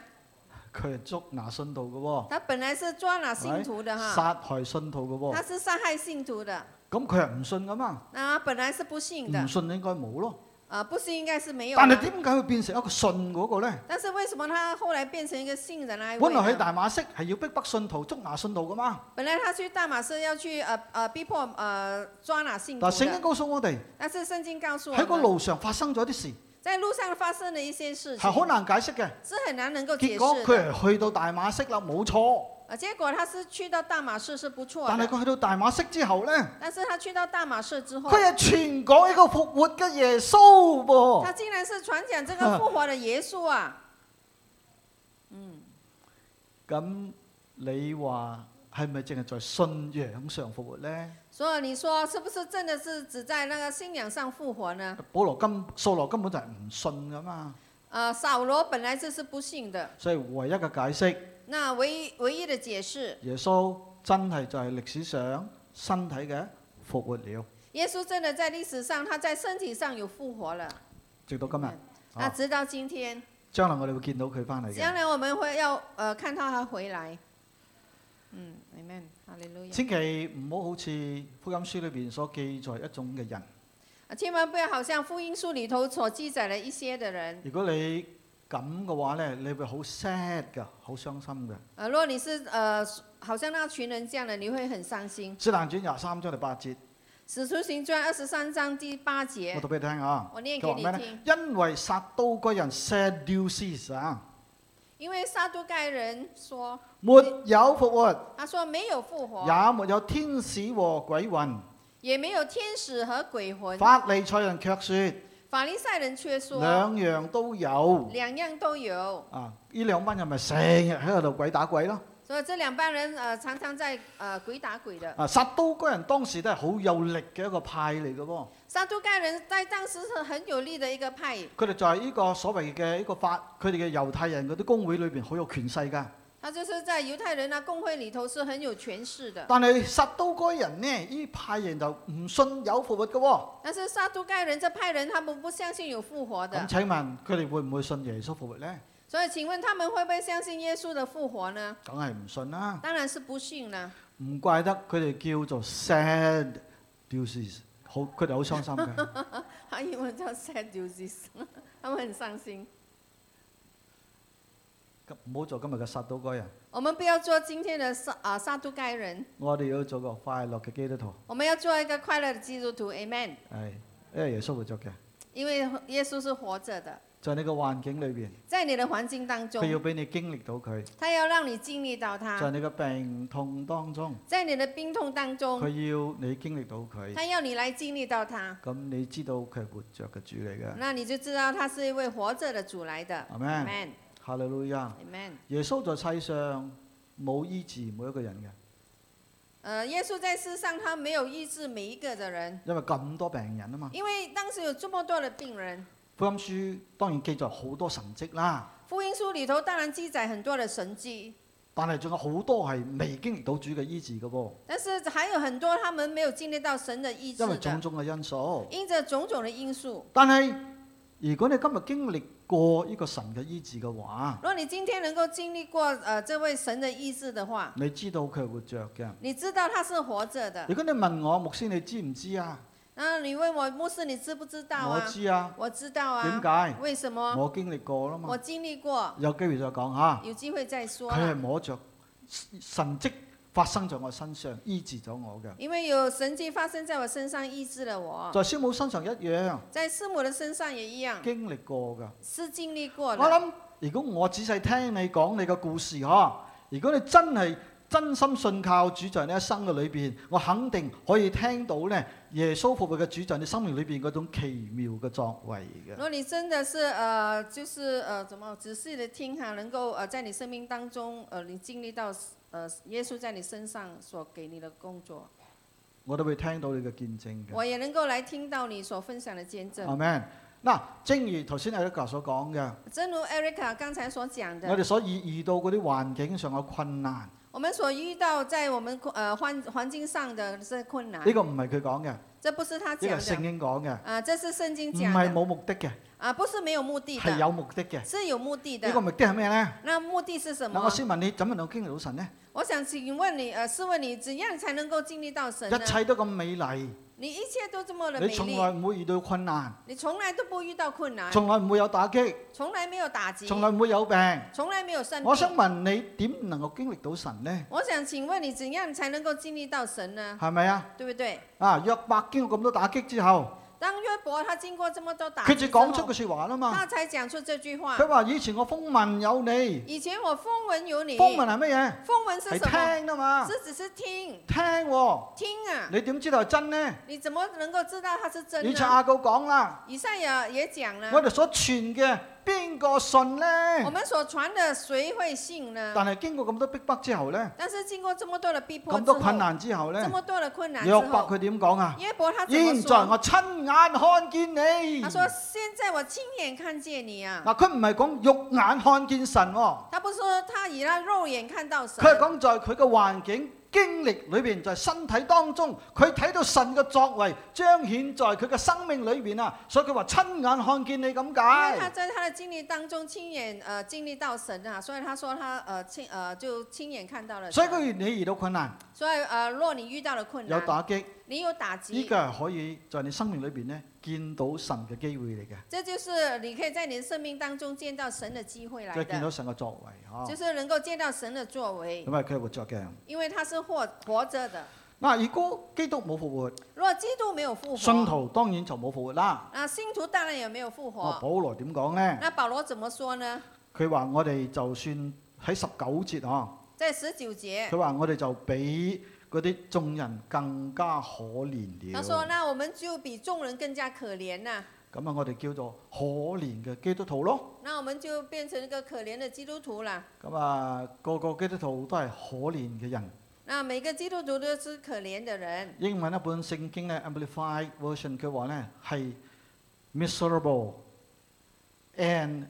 Speaker 1: 佢係捉拿信徒嘅喎。
Speaker 2: 他本来是抓拿信徒的哈，
Speaker 1: 殺害信徒嘅
Speaker 2: 他
Speaker 1: 喎，
Speaker 2: 是杀害信徒的，
Speaker 1: 咁佢係唔信噶嘛？
Speaker 2: 那他本来是不信的
Speaker 1: 唔，信應該冇咯。
Speaker 2: 啊，不信应该是没有
Speaker 1: 嗯但
Speaker 2: 的
Speaker 1: 係。點解佢變成一個信嗰個咧？
Speaker 2: 但是为什么他后来变成一个信人来
Speaker 1: 本來
Speaker 2: 位
Speaker 1: 喺
Speaker 2: 呢？
Speaker 1: 大馬色係要逼迫信徒、捉拿信徒噶嘛。
Speaker 2: 本来他去大马士要去呃呃逼迫呃抓拿信徒
Speaker 1: 但係聖經
Speaker 2: 的，
Speaker 1: 告訴我哋
Speaker 2: 但是圣经告诉我
Speaker 1: 喺個
Speaker 2: 们，
Speaker 1: 路上發生咗啲事
Speaker 2: 在路上发生的一些事
Speaker 1: 係好
Speaker 2: 情
Speaker 1: 難解釋嘅。
Speaker 2: 是很难能够
Speaker 1: 結
Speaker 2: 解
Speaker 1: 果
Speaker 2: 释的。
Speaker 1: 佢係去到大馬色啦，冇錯。
Speaker 2: 啊，结果他是去到大马士是不错
Speaker 1: 但係
Speaker 2: 的，
Speaker 1: 佢去到大馬色之後咧，
Speaker 2: 但是他去到大马士之后，
Speaker 1: 佢係全講一個復活嘅耶穌噃。
Speaker 2: 他竟然是传讲这个复活的耶稣啊！
Speaker 1: 咁你話係咪淨係在信仰上復活咧？
Speaker 2: 所以你说是不是真的是只在那个信仰上复活呢？
Speaker 1: 保羅根掃羅根本就係唔信噶嘛。
Speaker 2: 呃，扫罗本来就是不信的，
Speaker 1: 所以唯一嘅解釋，
Speaker 2: 那唯一唯一的解释，
Speaker 1: 耶穌真係就係歷史上身體嘅復活了，
Speaker 2: 耶稣真的在历史上他在身体上有复活了。嗯
Speaker 1: 直到今日。
Speaker 2: 那
Speaker 1: 啊，
Speaker 2: 直到今天，
Speaker 1: 將來我哋會見到佢翻嚟
Speaker 2: 将
Speaker 1: 嘅。
Speaker 2: 来我们会要呃看到他回来。嗯，amen，哈利路亚。
Speaker 1: 千祈唔好好似福音書裏邊所記載一種嘅人。
Speaker 2: 啊千万不要好像福音书里头所记载的一些的人，
Speaker 1: 如果你咁嘅話呢，你會好 sad 㗎，好傷心嘅。
Speaker 2: 呃，如果你是呃好像那群人这样的，你会很伤心。
Speaker 1: 《使徒行傳》廿三章第八節，
Speaker 2: 使徒行传二十三章第八
Speaker 1: 我
Speaker 2: 节，
Speaker 1: 讀俾你聽啊。
Speaker 2: 我念
Speaker 1: 佢
Speaker 2: 给
Speaker 1: 話
Speaker 2: 你
Speaker 1: 咩
Speaker 2: 听
Speaker 1: 呢？。因為撒都該人 seduces 啊，
Speaker 2: 因为撒都盖人说，
Speaker 1: 沒有復活，
Speaker 2: 他说没有复活，
Speaker 1: 也沒有天使和鬼魂。
Speaker 2: 也没有天使和鬼魂。
Speaker 1: 法利賽人卻說。
Speaker 2: 法利赛人却说，
Speaker 1: 兩樣都有
Speaker 2: 两样都有。
Speaker 1: 啊！呢兩班人咪成日喺度鬼打鬼咯。
Speaker 2: 所以这两帮人呃常常在呃鬼打鬼的。
Speaker 1: 啊，撒都該人當時都係好有力嘅一個派嚟嘅喎。
Speaker 2: 撒都盖人在当时是很有力的一个派，
Speaker 1: 佢哋就係呢個所謂嘅一個法，佢哋嘅猶太人嗰啲公會裏邊好有權勢㗎。
Speaker 2: 他就是在犹太人的啊公会里头是很有权势的。
Speaker 1: 但係撒都該人呢，呢派人就唔信有復活嘅喎。
Speaker 2: 但是撒都盖人这派人他们不相信有复活的
Speaker 1: 咁，請問佢哋會唔會信耶穌復活呢？
Speaker 2: 所以请问他们会不会相信耶稣的复活呢？
Speaker 1: 梗係唔信啦。
Speaker 2: 当然是不信了。
Speaker 1: 唔怪得佢哋叫做 sad deuces，好佢哋好傷心嘅。
Speaker 2: 他英文叫 sad disease，他 们很伤心。
Speaker 1: 咁唔好做今日嘅撒都該人，
Speaker 2: 我们不要做今天的撒啊撒都该人，
Speaker 1: 我哋要做個快樂嘅基督徒。
Speaker 2: 我们要做一个快乐的基督徒，Amen。
Speaker 1: 係，因為耶穌活着嘅，
Speaker 2: 因为耶稣是活着的，
Speaker 1: 在你個環境裏邊，
Speaker 2: 在你的環境當
Speaker 1: 佢要
Speaker 2: 中，
Speaker 1: 俾你經歷到佢；
Speaker 2: 他要讓你經歷到
Speaker 1: 在
Speaker 2: 他，
Speaker 1: 你嘅病痛當中，
Speaker 2: 在你的病痛當
Speaker 1: 佢
Speaker 2: 中，
Speaker 1: 要你經歷到佢。
Speaker 2: 他要你來經歷到他，
Speaker 1: 咁你知道佢係活着嘅主嚟嘅，
Speaker 2: 那你就知道他是一位活着的主來的。
Speaker 1: 阿咩？
Speaker 2: Amen
Speaker 1: 哈利路亞！
Speaker 2: Amen。
Speaker 1: 耶穌在世上冇醫治每一個人嘅，
Speaker 2: 呃，耶穌在世上他沒有醫治每一個的人，
Speaker 1: 因為咁多病人啊嘛。
Speaker 2: 因為當時有這麼多的病人。
Speaker 1: 福音書當然記載好多神蹟啦，
Speaker 2: 福音書裡頭當然記載很多的神蹟，
Speaker 1: 但係仲有好多係未經歷到主嘅醫治嘅噃，
Speaker 2: 但是還有很多他們沒有經歷到神的醫治
Speaker 1: 因為種
Speaker 2: 的，
Speaker 1: 種嘅因素。
Speaker 2: 因着種種的因素。
Speaker 1: 但係如果你今日經歷過呢個神嘅醫治嘅話，
Speaker 2: 如果你今天能夠經歷過呃這位神的醫治的話，
Speaker 1: 你知道佢係活着嘅。
Speaker 2: 你知道他是活着的。
Speaker 1: 如果你問我牧師，你知唔知啊？
Speaker 2: 那你問我牧師，你知不知道
Speaker 1: 我
Speaker 2: 啊？
Speaker 1: 知啊。
Speaker 2: 我知道
Speaker 1: 點
Speaker 2: 啊。
Speaker 1: 解？
Speaker 2: 為什么？
Speaker 1: 我經歷過啦嘛
Speaker 2: 我。啊經歷過，
Speaker 1: 有機會再講吓。
Speaker 2: 有機會再說
Speaker 1: 佢係
Speaker 2: 啦。
Speaker 1: 摸着神蹟發生在我身上，醫治咗我嘅。
Speaker 2: 因為有神迹發生在我身上，醫治了我，
Speaker 1: 在師母身上一樣
Speaker 2: 在師母的身上也一樣，
Speaker 1: 經歷過㗎。
Speaker 2: 是經歷過
Speaker 1: 我
Speaker 2: 了。
Speaker 1: 諗，如果我仔細聽你講你嘅故事嗬，如果你真係真心信靠主在你一生嘅裏邊，我肯定可以聽到咧耶穌復活嘅主在你生命裏邊嗰種奇妙嘅作為嘅
Speaker 2: 如。果你真的是呃，就是呃，怎么仔细的听哈，能够呃，在你生命当中呃，你经历到呃，耶稣在你身上所给你的工作，
Speaker 1: 我都會聽到你嘅見證嘅。
Speaker 2: 我也能够来听到你所分享的见证。
Speaker 1: Amen。嗱，正如頭先 Erica 所講嘅，
Speaker 2: 正如 Erica 刚才所讲
Speaker 1: 我
Speaker 2: 的，
Speaker 1: 哋所遇遇到嗰啲環境上嘅困難，呢、
Speaker 2: 我们所遇到在我们呃环环境上的这困难，
Speaker 1: 個唔係佢講嘅，呢
Speaker 2: 这不是他
Speaker 1: 個
Speaker 2: 讲
Speaker 1: 係聖
Speaker 2: 的，
Speaker 1: 經講嘅，
Speaker 2: 啊，这是圣经
Speaker 1: 唔
Speaker 2: 讲
Speaker 1: 係
Speaker 2: 的，
Speaker 1: 冇目的嘅，
Speaker 2: 啊，不是没有目的
Speaker 1: 係
Speaker 2: 的，
Speaker 1: 有目的嘅。
Speaker 2: 是有目的
Speaker 1: 呢個
Speaker 2: 的。
Speaker 1: 目的係咩呢？
Speaker 2: 那目的是什
Speaker 1: 嗱，我
Speaker 2: 么？
Speaker 1: 先問你，怎麼能夠經歷到神呢？
Speaker 2: 我想请问你，呃，试问你，怎样才能够经历到神呢
Speaker 1: 一？切都咁美麗，
Speaker 2: 你一切都这么的
Speaker 1: 你
Speaker 2: 美
Speaker 1: 從
Speaker 2: 丽，哎
Speaker 1: 來唔會遇到困難，
Speaker 2: 你从来都不遇到困难，
Speaker 1: 從來唔會有打擊，
Speaker 2: 从来没有打击，
Speaker 1: 從來唔會有病。
Speaker 2: 从来没有生病。
Speaker 1: 我想問你點能夠經歷到神呢？
Speaker 2: 我想请问你，怎样才能够经历到神呢？
Speaker 1: 係咪啊？
Speaker 2: 对不对？
Speaker 1: 啊，約伯經過咁多打擊之後，
Speaker 2: 当约伯他经过这么多打
Speaker 1: 佢
Speaker 2: 击
Speaker 1: 就
Speaker 2: 之
Speaker 1: 講出
Speaker 2: 后
Speaker 1: 嘅，説話啦嘛。
Speaker 2: 他才讲出这句话
Speaker 1: 佢。話：以前我風聞有你，
Speaker 2: 以前我风闻有你，
Speaker 1: 風聞係乜嘢？
Speaker 2: 风闻是什么？
Speaker 1: 係啊聽啊嘛，
Speaker 2: 是只是聽
Speaker 1: 聽喎。
Speaker 2: 聽啊，
Speaker 1: 你點知道係真呢？
Speaker 2: 你怎么能够知道它是真啊
Speaker 1: 以
Speaker 2: 呢
Speaker 1: 前？阿告講啦，
Speaker 2: 以上也也讲了，
Speaker 1: 啊我哋所傳嘅邊個信呢？
Speaker 2: 我们所传的谁会信呢？
Speaker 1: 但係經過咁多逼迫之後呢，
Speaker 2: 但是经过这么多的逼迫
Speaker 1: 咁
Speaker 2: 之
Speaker 1: 多困
Speaker 2: 后，
Speaker 1: 難之後
Speaker 2: 这
Speaker 1: 呢，
Speaker 2: 么多的困难之
Speaker 1: 約伯
Speaker 2: 后，
Speaker 1: 佢點講啊？
Speaker 2: 耶伯他怎么
Speaker 1: 現在
Speaker 2: 说？
Speaker 1: 我親眼看見你。
Speaker 2: 他说：“现在我亲眼看见你啊
Speaker 1: 嗱，佢唔係講肉眼看見神喎，！”
Speaker 2: 他不是说他以他肉眼看到神，啊
Speaker 1: 佢係講在佢嘅環境經歷裏邊，在身體當中，佢睇到神嘅作為彰顯在佢嘅生命裏邊啊！所以佢話親眼看見你咁
Speaker 2: 因为他
Speaker 1: 解。
Speaker 2: 在他的经历当中亲眼呃经历到神啊，所以他说他呃亲呃就亲眼看到了
Speaker 1: 所
Speaker 2: 神啊
Speaker 1: 以。佢你遇到困難，
Speaker 2: 所以呃，若你遇到了困
Speaker 1: 有
Speaker 2: 难，
Speaker 1: 打擊，
Speaker 2: 你有打
Speaker 1: 呢
Speaker 2: 击
Speaker 1: 個，係可以在你生命裏邊咧見到神嘅機會嚟嘅，
Speaker 2: 这就是你可以在你的生命当中见到神的机会来
Speaker 1: 就係見到啊
Speaker 2: 的，
Speaker 1: 神嘅作為
Speaker 2: 就
Speaker 1: 嚇。
Speaker 2: 是能够见到神的作为，
Speaker 1: 咁啊，佢係活着嘅。
Speaker 2: 因为他是活活着的。
Speaker 1: 嗱，如果基督冇復活，
Speaker 2: 若基督没有复
Speaker 1: 信
Speaker 2: 活，
Speaker 1: 徒當然就冇復活啦。
Speaker 2: 那信徒当然也没有复
Speaker 1: 啊，
Speaker 2: 活。
Speaker 1: 保羅點講呢？
Speaker 2: 那保罗怎么说呢？
Speaker 1: 佢話我哋就算喺十九節啊。
Speaker 2: 在十九节。
Speaker 1: 佢話：我哋就比嗰啲眾人更加可憐
Speaker 2: 他说：“
Speaker 1: 了。
Speaker 2: 那我们就比众人更加可怜呐、
Speaker 1: 咁啊，我哋叫做可憐嘅基督徒咯。
Speaker 2: 那我们就变成一个可怜的基督徒了。
Speaker 1: 咁啊，個個基督徒都係可憐嘅人。
Speaker 2: 那每个基督徒都是可怜的人。
Speaker 1: 英文一本聖經咧，Amplified Version 佢話咧係 miserable and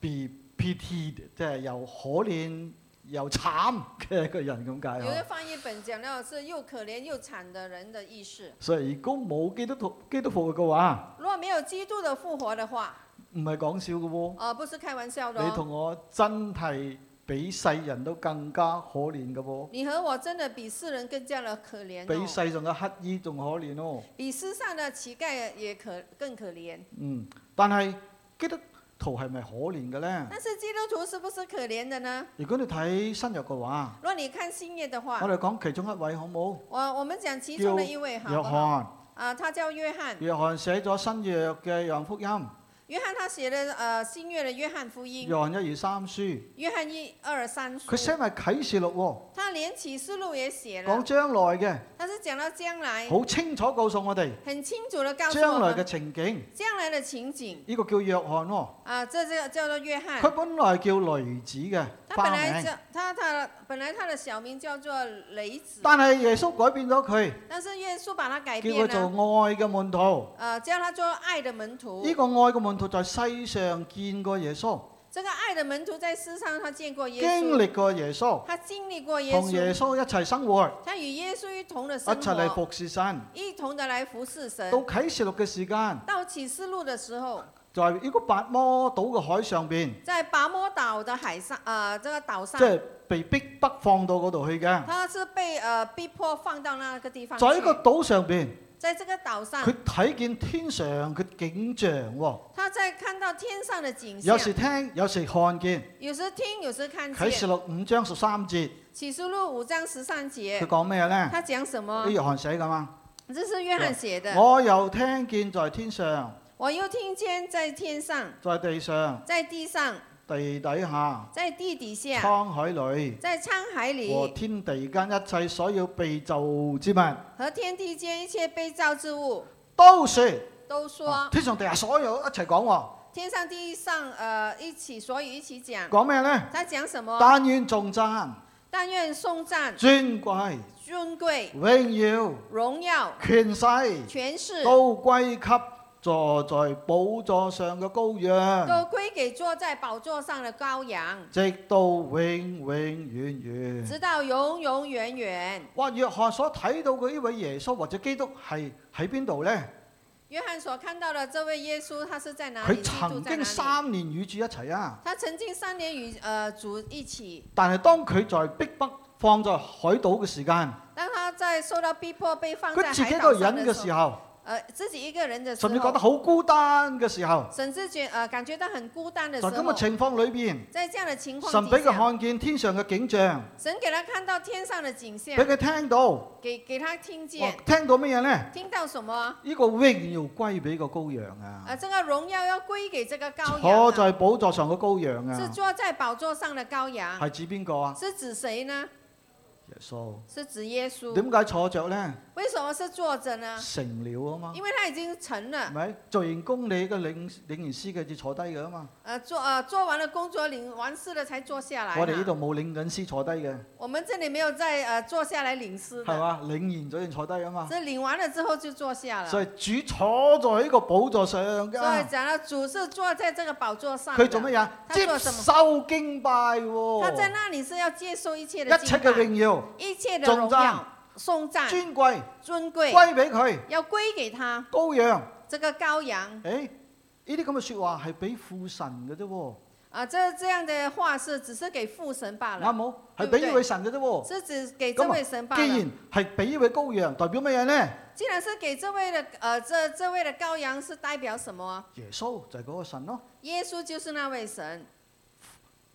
Speaker 1: be pitied，即係又可憐又 慘嘅一個人咁解
Speaker 2: 有一
Speaker 1: 啊
Speaker 2: 个翻译本讲到是又可怜又惨的人的意思。
Speaker 1: 所以如果冇基督徒基督徒嘅話，
Speaker 2: 如果没有基督的复活的话，
Speaker 1: 唔係講笑嘅喎。
Speaker 2: 呃，不是开玩笑的、
Speaker 1: 你
Speaker 2: 哦。
Speaker 1: 同我真係比世人都更加可憐嘅噃，
Speaker 2: 你和我真的比世人更加的可怜、
Speaker 1: 比
Speaker 2: 哦，
Speaker 1: 世上嘅乞衣仲可憐哦。
Speaker 2: 比世上的乞丐也可更可怜。
Speaker 1: 嗯，但係基督徒係咪可憐嘅呢？
Speaker 2: 但是基督徒是不是可怜的呢？
Speaker 1: 如果你睇新約嘅話，
Speaker 2: 若你看新约的
Speaker 1: 我
Speaker 2: 话，
Speaker 1: 哋講其中一位好冇？
Speaker 2: 我我们讲其中的一位好
Speaker 1: 約
Speaker 2: 不好？
Speaker 1: 翰，
Speaker 2: 啊，他叫约翰。
Speaker 1: 約翰寫咗新約嘅約翰福音，
Speaker 2: 约翰他写的呃新约的约翰福音
Speaker 1: 約，翰一二三書，
Speaker 2: 约翰一二三
Speaker 1: 佢寫
Speaker 2: 书，
Speaker 1: 埋啟示錄喎，
Speaker 2: 他连启示录也写
Speaker 1: 講
Speaker 2: 了，
Speaker 1: 將來嘅，
Speaker 2: 他是讲到将来，
Speaker 1: 好清楚告訴我哋
Speaker 2: 很清楚的告诉
Speaker 1: 將
Speaker 2: 我
Speaker 1: 來嘅
Speaker 2: 们
Speaker 1: 情景。
Speaker 2: 将来的情景
Speaker 1: 呢、個叫約翰喎，
Speaker 2: 啊，这这叫做约翰
Speaker 1: 佢，本來叫雷子嘅
Speaker 2: 他
Speaker 1: 花
Speaker 2: 本
Speaker 1: 名
Speaker 2: 来。叫他他本来他的小名叫做雷子，
Speaker 1: 但係耶穌改變咗佢，
Speaker 2: 但是耶稣把他改
Speaker 1: 叫
Speaker 2: 变
Speaker 1: 佢做
Speaker 2: 了，
Speaker 1: 愛嘅門徒。
Speaker 2: 呃，叫他做爱的门徒
Speaker 1: 呢、。個愛嘅門徒在世上見過耶穌，
Speaker 2: 这个爱的门徒在世上他见过耶
Speaker 1: 經
Speaker 2: 稣，
Speaker 1: 歷過耶穌，
Speaker 2: 他经历过耶
Speaker 1: 同耶啊穌
Speaker 2: 稣，
Speaker 1: 一齊生活，
Speaker 2: 他与耶稣一同的
Speaker 1: 一
Speaker 2: 生
Speaker 1: 齊嚟
Speaker 2: 活，
Speaker 1: 服侍神。
Speaker 2: 一同的来服侍神
Speaker 1: 到。啟示錄嘅時間，
Speaker 2: 到启示录的时候，
Speaker 1: 在呢個白摩島嘅海上邊，
Speaker 2: 在拔摩岛的海上，呃，这个岛
Speaker 1: 即
Speaker 2: 上，
Speaker 1: 係被逼北放到嗰度去嘅。
Speaker 2: 他是被呃逼迫放到那个地方去
Speaker 1: 在呢個島上邊，
Speaker 2: 在这个岛上
Speaker 1: 佢，睇見天上嘅景象喎，
Speaker 2: 他在看到天上的景象
Speaker 1: 有，時聽，有時看見。
Speaker 2: 有时听，有时看
Speaker 1: 啟示
Speaker 2: 见。
Speaker 1: 錄五章十三節，
Speaker 2: 启示录五章十三
Speaker 1: 佢
Speaker 2: 节，
Speaker 1: 講咩呢？
Speaker 2: 他讲什么
Speaker 1: 啲？約翰寫噶嘛？
Speaker 2: 这是约翰写的。
Speaker 1: 我又聽見在天上、
Speaker 2: 我又听见在天上，
Speaker 1: 在地上、
Speaker 2: 在地上，
Speaker 1: 地底下、
Speaker 2: 在地底下，
Speaker 1: 沧海裏
Speaker 2: 在沧海里
Speaker 1: 和天地間一切所有被造之物，
Speaker 2: 和天地间一切被造之物，
Speaker 1: 都是
Speaker 2: 都
Speaker 1: 啊
Speaker 2: 说
Speaker 1: 天上地下所有一齊講喎。
Speaker 2: 天上地上，呃，一起所以一起讲。
Speaker 1: 講咩呢？
Speaker 2: 他讲什么？
Speaker 1: 但願重讚、
Speaker 2: 但愿颂赞、
Speaker 1: 尊貴、
Speaker 2: 尊贵、
Speaker 1: 榮耀、
Speaker 2: 荣耀、
Speaker 1: 權勢。
Speaker 2: 权势，
Speaker 1: 都歸給坐在寶座上嘅羔羊，
Speaker 2: 都归给坐在宝座上的羔羊，
Speaker 1: 直到永永遠遠。
Speaker 2: 直到永永远远。
Speaker 1: 哇！約翰所睇到嘅呢位耶穌或者基督係喺邊度呢？
Speaker 2: 约翰所看到的这位耶稣，他是在哪里？
Speaker 1: 佢
Speaker 2: 基督
Speaker 1: 曾經
Speaker 2: 在哪里？
Speaker 1: 三年與主一齊啊，
Speaker 2: 他曾经三年与呃主一起，
Speaker 1: 但係當佢在逼迫放在海島嘅時間，
Speaker 2: 当他在受到逼迫被放
Speaker 1: 佢
Speaker 2: 在
Speaker 1: 自己一
Speaker 2: 海
Speaker 1: 個
Speaker 2: 岛上
Speaker 1: 人
Speaker 2: 的
Speaker 1: 嘅
Speaker 2: 时
Speaker 1: 時
Speaker 2: 候，
Speaker 1: 候，
Speaker 2: 呃，自己一个人的时
Speaker 1: 甚至覺得
Speaker 2: 候，
Speaker 1: 好孤單嘅時候，
Speaker 2: 甚至觉呃感觉到很孤单的时
Speaker 1: 在咁嘅
Speaker 2: 候，
Speaker 1: 情況裏邊，
Speaker 2: 在这样的情况
Speaker 1: 神俾佢
Speaker 2: 底下，啊
Speaker 1: 看見天上嘅景象，
Speaker 2: 神给他看到天上的景
Speaker 1: 俾
Speaker 2: 象，
Speaker 1: 佢聽到，哇
Speaker 2: 给给他听见，
Speaker 1: 聽到乜嘢呢？
Speaker 2: 听到什么？
Speaker 1: 呢個榮耀歸俾個羔羊啊！
Speaker 2: 啊，这个荣耀要归给这个羔
Speaker 1: 坐
Speaker 2: 羊、
Speaker 1: 在寶座上嘅羔羊
Speaker 2: 啊，是
Speaker 1: 啊，
Speaker 2: 坐在宝座上的羔羊，
Speaker 1: 係指邊個啊？
Speaker 2: 是指谁呢？
Speaker 1: 耶穌。
Speaker 2: 是指耶稣。
Speaker 1: 點解坐着呢？
Speaker 2: 为什么是坐着呢？
Speaker 1: 成了啊嘛，
Speaker 2: 因为他已经成了
Speaker 1: 係。咪？做完工你嘅領領完師嘅至坐低嘅啊嘛。
Speaker 2: 呃，做呃做完了工作领完事了才坐下来嘛。
Speaker 1: 我哋呢度冇領緊師坐低嘅，
Speaker 2: 我们这里没有在呃坐下来领诗
Speaker 1: 係
Speaker 2: 的，
Speaker 1: 嘛？領完咗先坐低啊嘛。
Speaker 2: 这领完了之后就坐下了。
Speaker 1: 所以啊主坐在呢個寶座上
Speaker 2: 所以
Speaker 1: 㗎。
Speaker 2: 讲到主是坐在这个宝座上的，
Speaker 1: 佢做乜嘢？啊
Speaker 2: 他
Speaker 1: 接
Speaker 2: 做什麼
Speaker 1: 受敬拜喎、
Speaker 2: 他在那里是要接受一切的
Speaker 1: 一切
Speaker 2: 敬
Speaker 1: 嘅
Speaker 2: 拜，啊
Speaker 1: 榮耀、
Speaker 2: 一切的
Speaker 1: 重
Speaker 2: 荣
Speaker 1: 讚
Speaker 2: 耀、颂赞、
Speaker 1: 尊貴
Speaker 2: 尊贵，
Speaker 1: 歸俾佢
Speaker 2: 要归给他
Speaker 1: 羔羊。
Speaker 2: 这个羔羊
Speaker 1: 誒，呢啲咁嘅説話係俾父神嘅啫喎。
Speaker 2: 啊。这这样的话是只是给父神罢
Speaker 1: 啱
Speaker 2: 了，
Speaker 1: 冇？
Speaker 2: 對
Speaker 1: 係
Speaker 2: 唔
Speaker 1: 俾
Speaker 2: 對
Speaker 1: 呢位神嘅啫喎。
Speaker 2: 嗯是只给
Speaker 1: 咁
Speaker 2: 这
Speaker 1: 啊
Speaker 2: 位神罢了。
Speaker 1: 既然係俾呢位羔羊，代表乜嘢呢？
Speaker 2: 既然是给这位的呃这这位的羔羊是代表什么啊？
Speaker 1: 耶穌就係嗰個神咯，
Speaker 2: 耶稣就是那位神，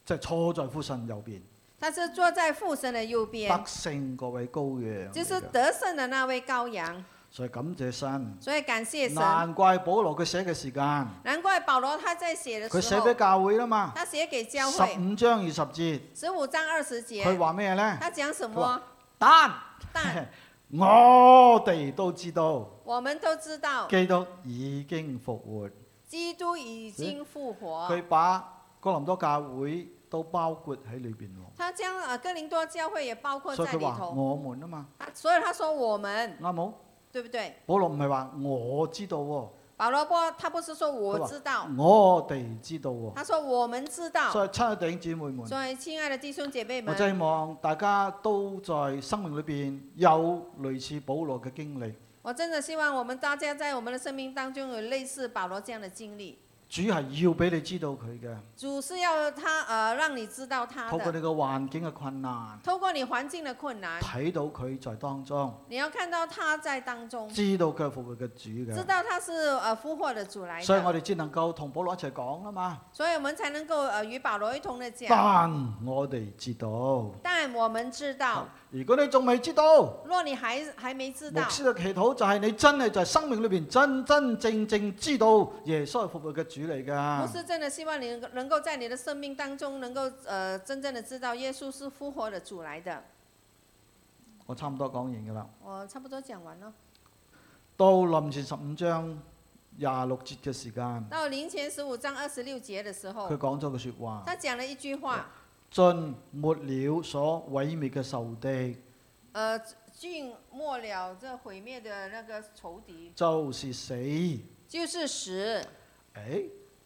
Speaker 1: 就係坐在父神右邊，
Speaker 2: 他是坐在父神的右
Speaker 1: 得
Speaker 2: 边，
Speaker 1: 勝嗰位羔羊嚟
Speaker 2: 就是
Speaker 1: 㗎。
Speaker 2: 得胜的那位羔羊。
Speaker 1: 所以感謝神，
Speaker 2: 所以感谢神，
Speaker 1: 難怪保羅佢寫嘅時間，
Speaker 2: 难怪保罗他在写
Speaker 1: 佢
Speaker 2: 的时
Speaker 1: 寫俾
Speaker 2: 候，
Speaker 1: 教會啦嘛。
Speaker 2: 他写给教
Speaker 1: 十
Speaker 2: 会
Speaker 1: 五章二十節，
Speaker 2: 十五章二十节，
Speaker 1: 佢話咩呢？
Speaker 2: 他讲什
Speaker 1: 佢
Speaker 2: 么？
Speaker 1: 但
Speaker 2: 但
Speaker 1: 我哋都知道，
Speaker 2: 我们都知道，
Speaker 1: 基督已經復活，
Speaker 2: 基督已经复活，
Speaker 1: 佢把哥林多教會都包括喺裏邊喎。
Speaker 2: 他将呃哥林多教会也包括
Speaker 1: 所以
Speaker 2: 在
Speaker 1: 佢
Speaker 2: 里
Speaker 1: 話
Speaker 2: 头。
Speaker 1: 我們啊嘛，
Speaker 2: 他所以他说我们，
Speaker 1: 啱冇？
Speaker 2: 对不对？
Speaker 1: 保羅唔係話我知道喎，
Speaker 2: 保罗波他不是说我知道，
Speaker 1: 嗯我哋知道喎。
Speaker 2: 他说我们知道。
Speaker 1: 所以親愛弟兄姊妹們，
Speaker 2: 所以亲爱的弟兄姐妹
Speaker 1: 我
Speaker 2: 们，
Speaker 1: 真希望大家都在生命裏邊有類似保羅嘅經歷。
Speaker 2: 我真的希望我们大家在我们的生命当中有类似保罗这样的经历。
Speaker 1: 主係要俾你知道佢嘅，
Speaker 2: 主是要他呃让你知道他
Speaker 1: 透過
Speaker 2: 的，
Speaker 1: 你嘅環境嘅困難，
Speaker 2: 透过你环境的困难，
Speaker 1: 睇到佢在當中，
Speaker 2: 你要看到他在当中，
Speaker 1: 知道佢係復活嘅主
Speaker 2: 知
Speaker 1: 嘅。
Speaker 2: 道他是呃复活的主来
Speaker 1: 所以
Speaker 2: 的，
Speaker 1: 我哋只能夠同保羅一齊講啦嘛。
Speaker 2: 所以我们才能够呃与保罗一同的讲。
Speaker 1: 但我哋知道，
Speaker 2: 但我们知道，
Speaker 1: 如果你仲未知道，
Speaker 2: 若你还还没知
Speaker 1: 牧
Speaker 2: 道，
Speaker 1: 師嘅祈禱就係你真係在生命裏邊真真正正知道耶穌係復活嘅主嚟
Speaker 2: 不
Speaker 1: 㗎。
Speaker 2: 是真的希望你能够能够在你的生命当中能够呃真正的知道耶稣是复活的主来的。
Speaker 1: 我差唔多講完㗎啦。
Speaker 2: 我差不多讲完了。
Speaker 1: 到臨前十五章廿六節嘅時間，
Speaker 2: 到临前十五章二十六节的时
Speaker 1: 佢
Speaker 2: 候，
Speaker 1: 講咗個説話：
Speaker 2: 他讲了一句话，
Speaker 1: 盡沒了所毀滅嘅仇敵，
Speaker 2: 呃，尽末了这毁灭的那个仇敌，
Speaker 1: 就是死。誒、
Speaker 2: 就是死。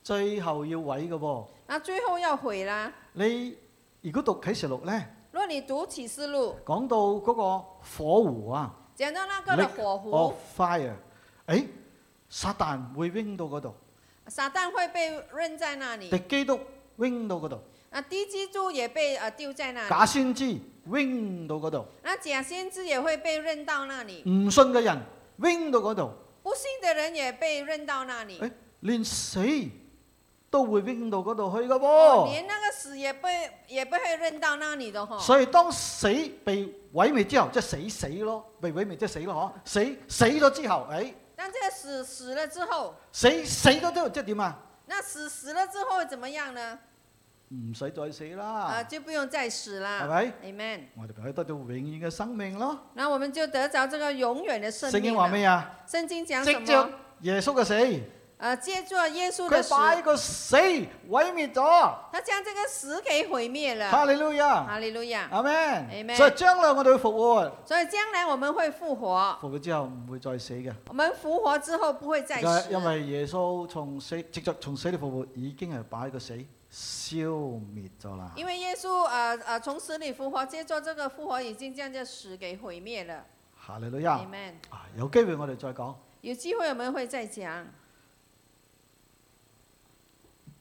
Speaker 1: 最後要毀嘅噃。
Speaker 2: 那最后要毁啦。
Speaker 1: 你如果讀啟示錄呢，
Speaker 2: 若你读启示录，
Speaker 1: 講到嗰個火湖啊
Speaker 2: 讲到那个哦的
Speaker 1: Lake
Speaker 2: 火
Speaker 1: ，of
Speaker 2: 湖，
Speaker 1: fire，誒，撒旦會扔到嗰度，
Speaker 2: 撒旦会被扔在那
Speaker 1: 敵
Speaker 2: 里，
Speaker 1: 基督扔到嗰度。
Speaker 2: 那低基督也被呃丢在那里，
Speaker 1: 假先知 wing 到嗰度，
Speaker 2: 那假先知也会被扔到那里，
Speaker 1: 唔信嘅人 wing 到嗰度，
Speaker 2: 不信的人也被扔到那里
Speaker 1: 哎。連死都會 wing 到嗰度去嘅
Speaker 2: 哦，
Speaker 1: 噃。
Speaker 2: 连那个死也被也不会扔到那里的哈、
Speaker 1: 所以當死被毀滅之後，即係死死咯，被毀滅即係死咯，嗬，死死咗之後，誒、
Speaker 2: 但这个死死了之后，
Speaker 1: 死死咗之後即係點啊？
Speaker 2: 那死死了之后怎么样呢？
Speaker 1: 唔使再死
Speaker 2: 呃，
Speaker 1: 啦，
Speaker 2: 就不用再死
Speaker 1: 係
Speaker 2: 啦。
Speaker 1: 咪？
Speaker 2: Amen。
Speaker 1: 我哋咪得到永遠嘅生命咯。
Speaker 2: 那我们就得着这个永远的生
Speaker 1: 聖經
Speaker 2: 命
Speaker 1: 話
Speaker 2: 了。
Speaker 1: 咩啊？
Speaker 2: 圣经讲
Speaker 1: 藉
Speaker 2: 什
Speaker 1: 着
Speaker 2: 么？
Speaker 1: 耶穌嘅死，
Speaker 2: 呃，借助耶稣的
Speaker 1: 佢
Speaker 2: 死，
Speaker 1: 把呢個死毀滅咗。
Speaker 2: 他将这个死给毁灭了。
Speaker 1: 哈利路亞，
Speaker 2: 哈利路亚。
Speaker 1: 阿
Speaker 2: Dạ. Amen
Speaker 1: 門。所以將來我哋會復活，
Speaker 2: 所以将来我们会复活，
Speaker 1: 復活之後唔會再死嘅。
Speaker 2: 我们复活之后不会再死，
Speaker 1: 因為耶穌從死，藉着從死裏復活，已經係把個死消滅咗啦。
Speaker 2: 因为耶穌呃呃从死里复活，接着这个复活已经将这死给毁灭了。
Speaker 1: 哈利路亞。
Speaker 2: Amen。
Speaker 1: 啊，有機會我哋再講。
Speaker 2: 有机会我们会再讲。